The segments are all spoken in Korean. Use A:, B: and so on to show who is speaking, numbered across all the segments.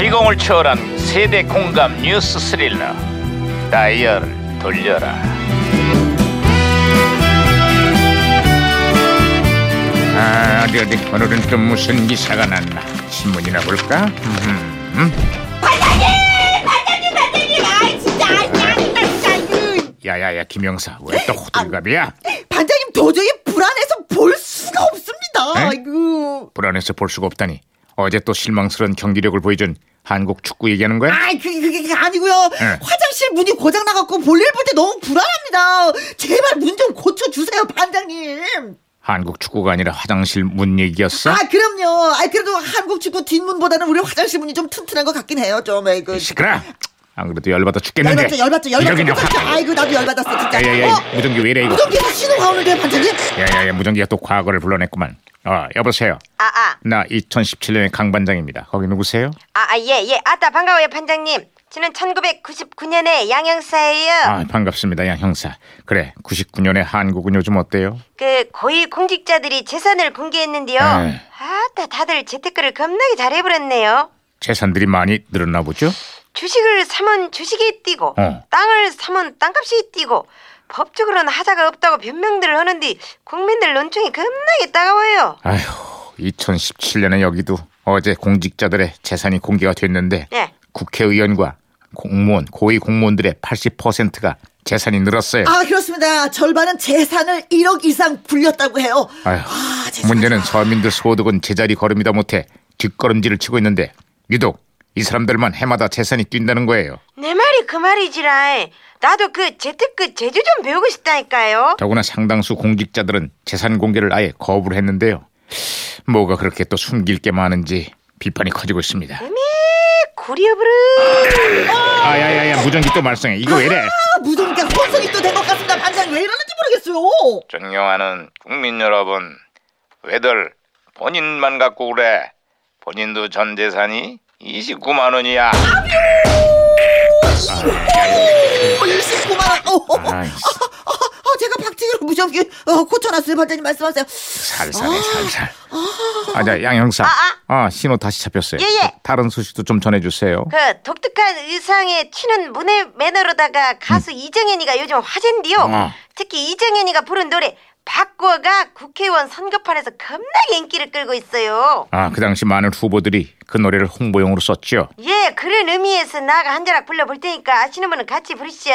A: 폭풍을 초월한 세대 공감 뉴스 스릴러 다이얼 돌려라 아, 어디 어디 오늘은 또 무슨 기사가 났나 신문이나 볼까? 음, 음.
B: 반장님, 아 진짜 아니야, 반장님.
A: 야야야 김영사 왜 또 호들갑이야?
B: 반장님 도저히 불안해서 볼 수가 없습니다.
A: 에?
B: 아이고.
A: 불안해서 볼 수가 없다니 어제 또 실망스러운 경기력을 보여준 한국 축구 얘기하는 거야?
B: 아이 그게 그게 그게 아니고요.
A: 예.
B: 화장실 문이 고장 나갖고 볼일 볼 때 너무 불안합니다. 제발 문 좀 고쳐 주세요, 반장님.
A: 한국 축구가 아니라 화장실 문 얘기였어?
B: 아 그럼요. 아 그래도 한국 축구 뒷문보다는 우리 화장실 문이 좀 튼튼한 것 같긴 해요. 좀 아이고.
A: 시끄러. 안 그래도 열받아 죽겠는데. 예,
B: 열받죠, 열받죠,
A: 이러긴
B: 열받죠.
A: 좀
B: 진짜.
A: 하-
B: 아이고 나도 열받았어 진짜.
A: 야야야
B: 어?
A: 무전기 왜 이래 이거?
B: 무전기에서 신호가 오는데 반장님.
A: 야야야 무전기가 또 과거를 불러냈구만. 어 여보세요.
C: 아아
A: 나 2017년의 강 반장입니다. 거기 누구세요?
C: 아아 예예 아따 반가워요 반장님 저는 1999년에 양형사예요
A: 아 반갑습니다 양 형사. 그래 99년의 한국은 요즘 어때요?
C: 그 고위 공직자들이 재산을 공개했는데요
A: 네.
C: 아따 다들 재테크를 겁나게 잘해버렸네요
A: 재산들이 많이 늘었나 보죠?
C: 주식을 사면 주식이 뛰고
A: 어.
C: 땅을 사면 땅값이 뛰고 법적으로는 하자가 없다고 변명들을 하는데 국민들 논증이 겁나게 따가워요
A: 아휴 2017년에 여기도 어제 공직자들의 재산이 공개가 됐는데
C: 예.
A: 국회의원과 공무원 고위 공무원들의 80%가 재산이 늘었어요.
B: 아 그렇습니다. 절반은 재산을 1억 이상 불렸다고 해요.
A: 아휴,
B: 아, 죄송합니다.
A: 문제는 서민들 소득은 제자리 걸음이다 못해 뒷걸음질을 치고 있는데 유독 이 사람들만 해마다 재산이 뛴다는 거예요.
C: 내 말이 그 말이지라 나도 그 재테크 제주 좀 배우고 싶다니까요
A: 더구나 상당수 공직자들은 재산 공개를 아예 거부를 했는데요. 뭐가 그렇게 또 숨길 게 많은지 비판이 커지고 있습니다.
C: 구려부르
A: 아야야야 무전기 또 말썽해. 이거 왜 이래?
B: 아, 무전기가 혼선이 또 된 것 같습니다. 반장님 왜 이러는지 모르겠어요.
A: 존경하는 국민 여러분, 왜들 본인만 갖고 그래? 본인도 전 재산이 29만 원이야.
B: 29만 원. 어, 어, 어.
A: 아이,
B: 아, 아, 제가 박치기로 무전기 어, 고쳐놨어요. 반장님 말씀하세요.
A: 살살해 살살. 아자 양 형사. 아 신호 다시 잡혔어요.
C: 예, 예.
A: 다른 소식도 좀 전해주세요.
C: 그 독특한 의상에 튀는 문의 매너로다가 가수 이정현이가 요즘 화제인데요.
A: 어.
C: 특히 이정현이가 부른 노래 바꿔가 국회의원 선거판에서 겁나게 인기를 끌고 있어요.
A: 아 그 당시 많은 후보들이 그 노래를 홍보용으로 썼지요.
C: 예, 그런 의미에서 나가 한 자락 불러볼 테니까 아시는 분은 같이 부르시죠.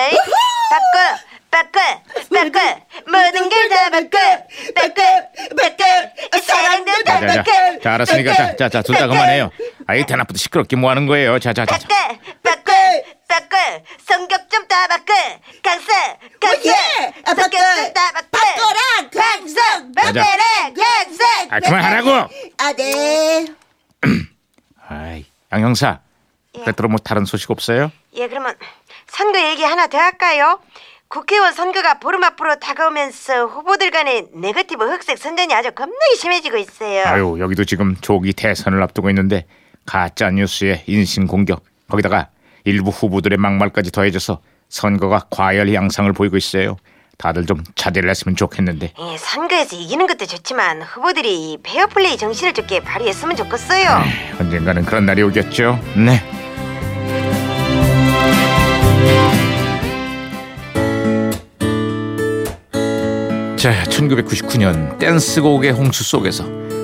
C: 바꿔, 바꿔, 바꿔, 모든 걸 다 바꿔, 바꿔, 바꿔, 사랑도
A: 자, 자,
C: 다 바꿔.
A: 자, 자 알았으니까 자자둘 다 그만해요. 아이 대낮부터 시끄럽게 뭐 하는 거예요? 자자자. 자,
C: 바꿔, 바꿔, 바꿔, 성격 좀 다 바꿔, 강사, 강사,
B: 예! 아,
C: 성격
B: 바꿔!
C: 좀 다 바꿔,
B: 바꿔라,
C: 강사,
A: 맞아.
C: 바꿔라, 강사.
A: 아 그만하라고.
B: 네. 아, 네.
A: 아이 양 형사. 그랬더니 뭐 다른 소식 없어요?
C: 예, 그러면 선거 얘기 하나 더 할까요? 국회의원 선거가 보름 앞으로 다가오면서 후보들 간의 네거티브 흑색 선전이 아주 겁나게 심해지고 있어요.
A: 아유 여기도 지금 조기 대선을 앞두고 있는데 가짜 뉴스의 인신 공격 거기다가 일부 후보들의 막말까지 더해져서 선거가 과열 양상을 보이고 있어요. 다들 좀 자제를 했으면 좋겠는데.
C: 예, 선거에서 이기는 것도 좋지만 후보들이 이 페어플레이 정신을 좋게 발휘했으면 좋겠어요.
A: 언젠가는 그런 날이 오겠죠. 네. 자, 1999년 댄스곡의 홍수 속에서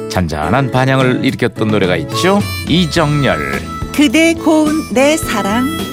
A: 잔잔한 반향을 일으켰던 노래가 있죠. 이정열.
D: 그대 고운 내 사랑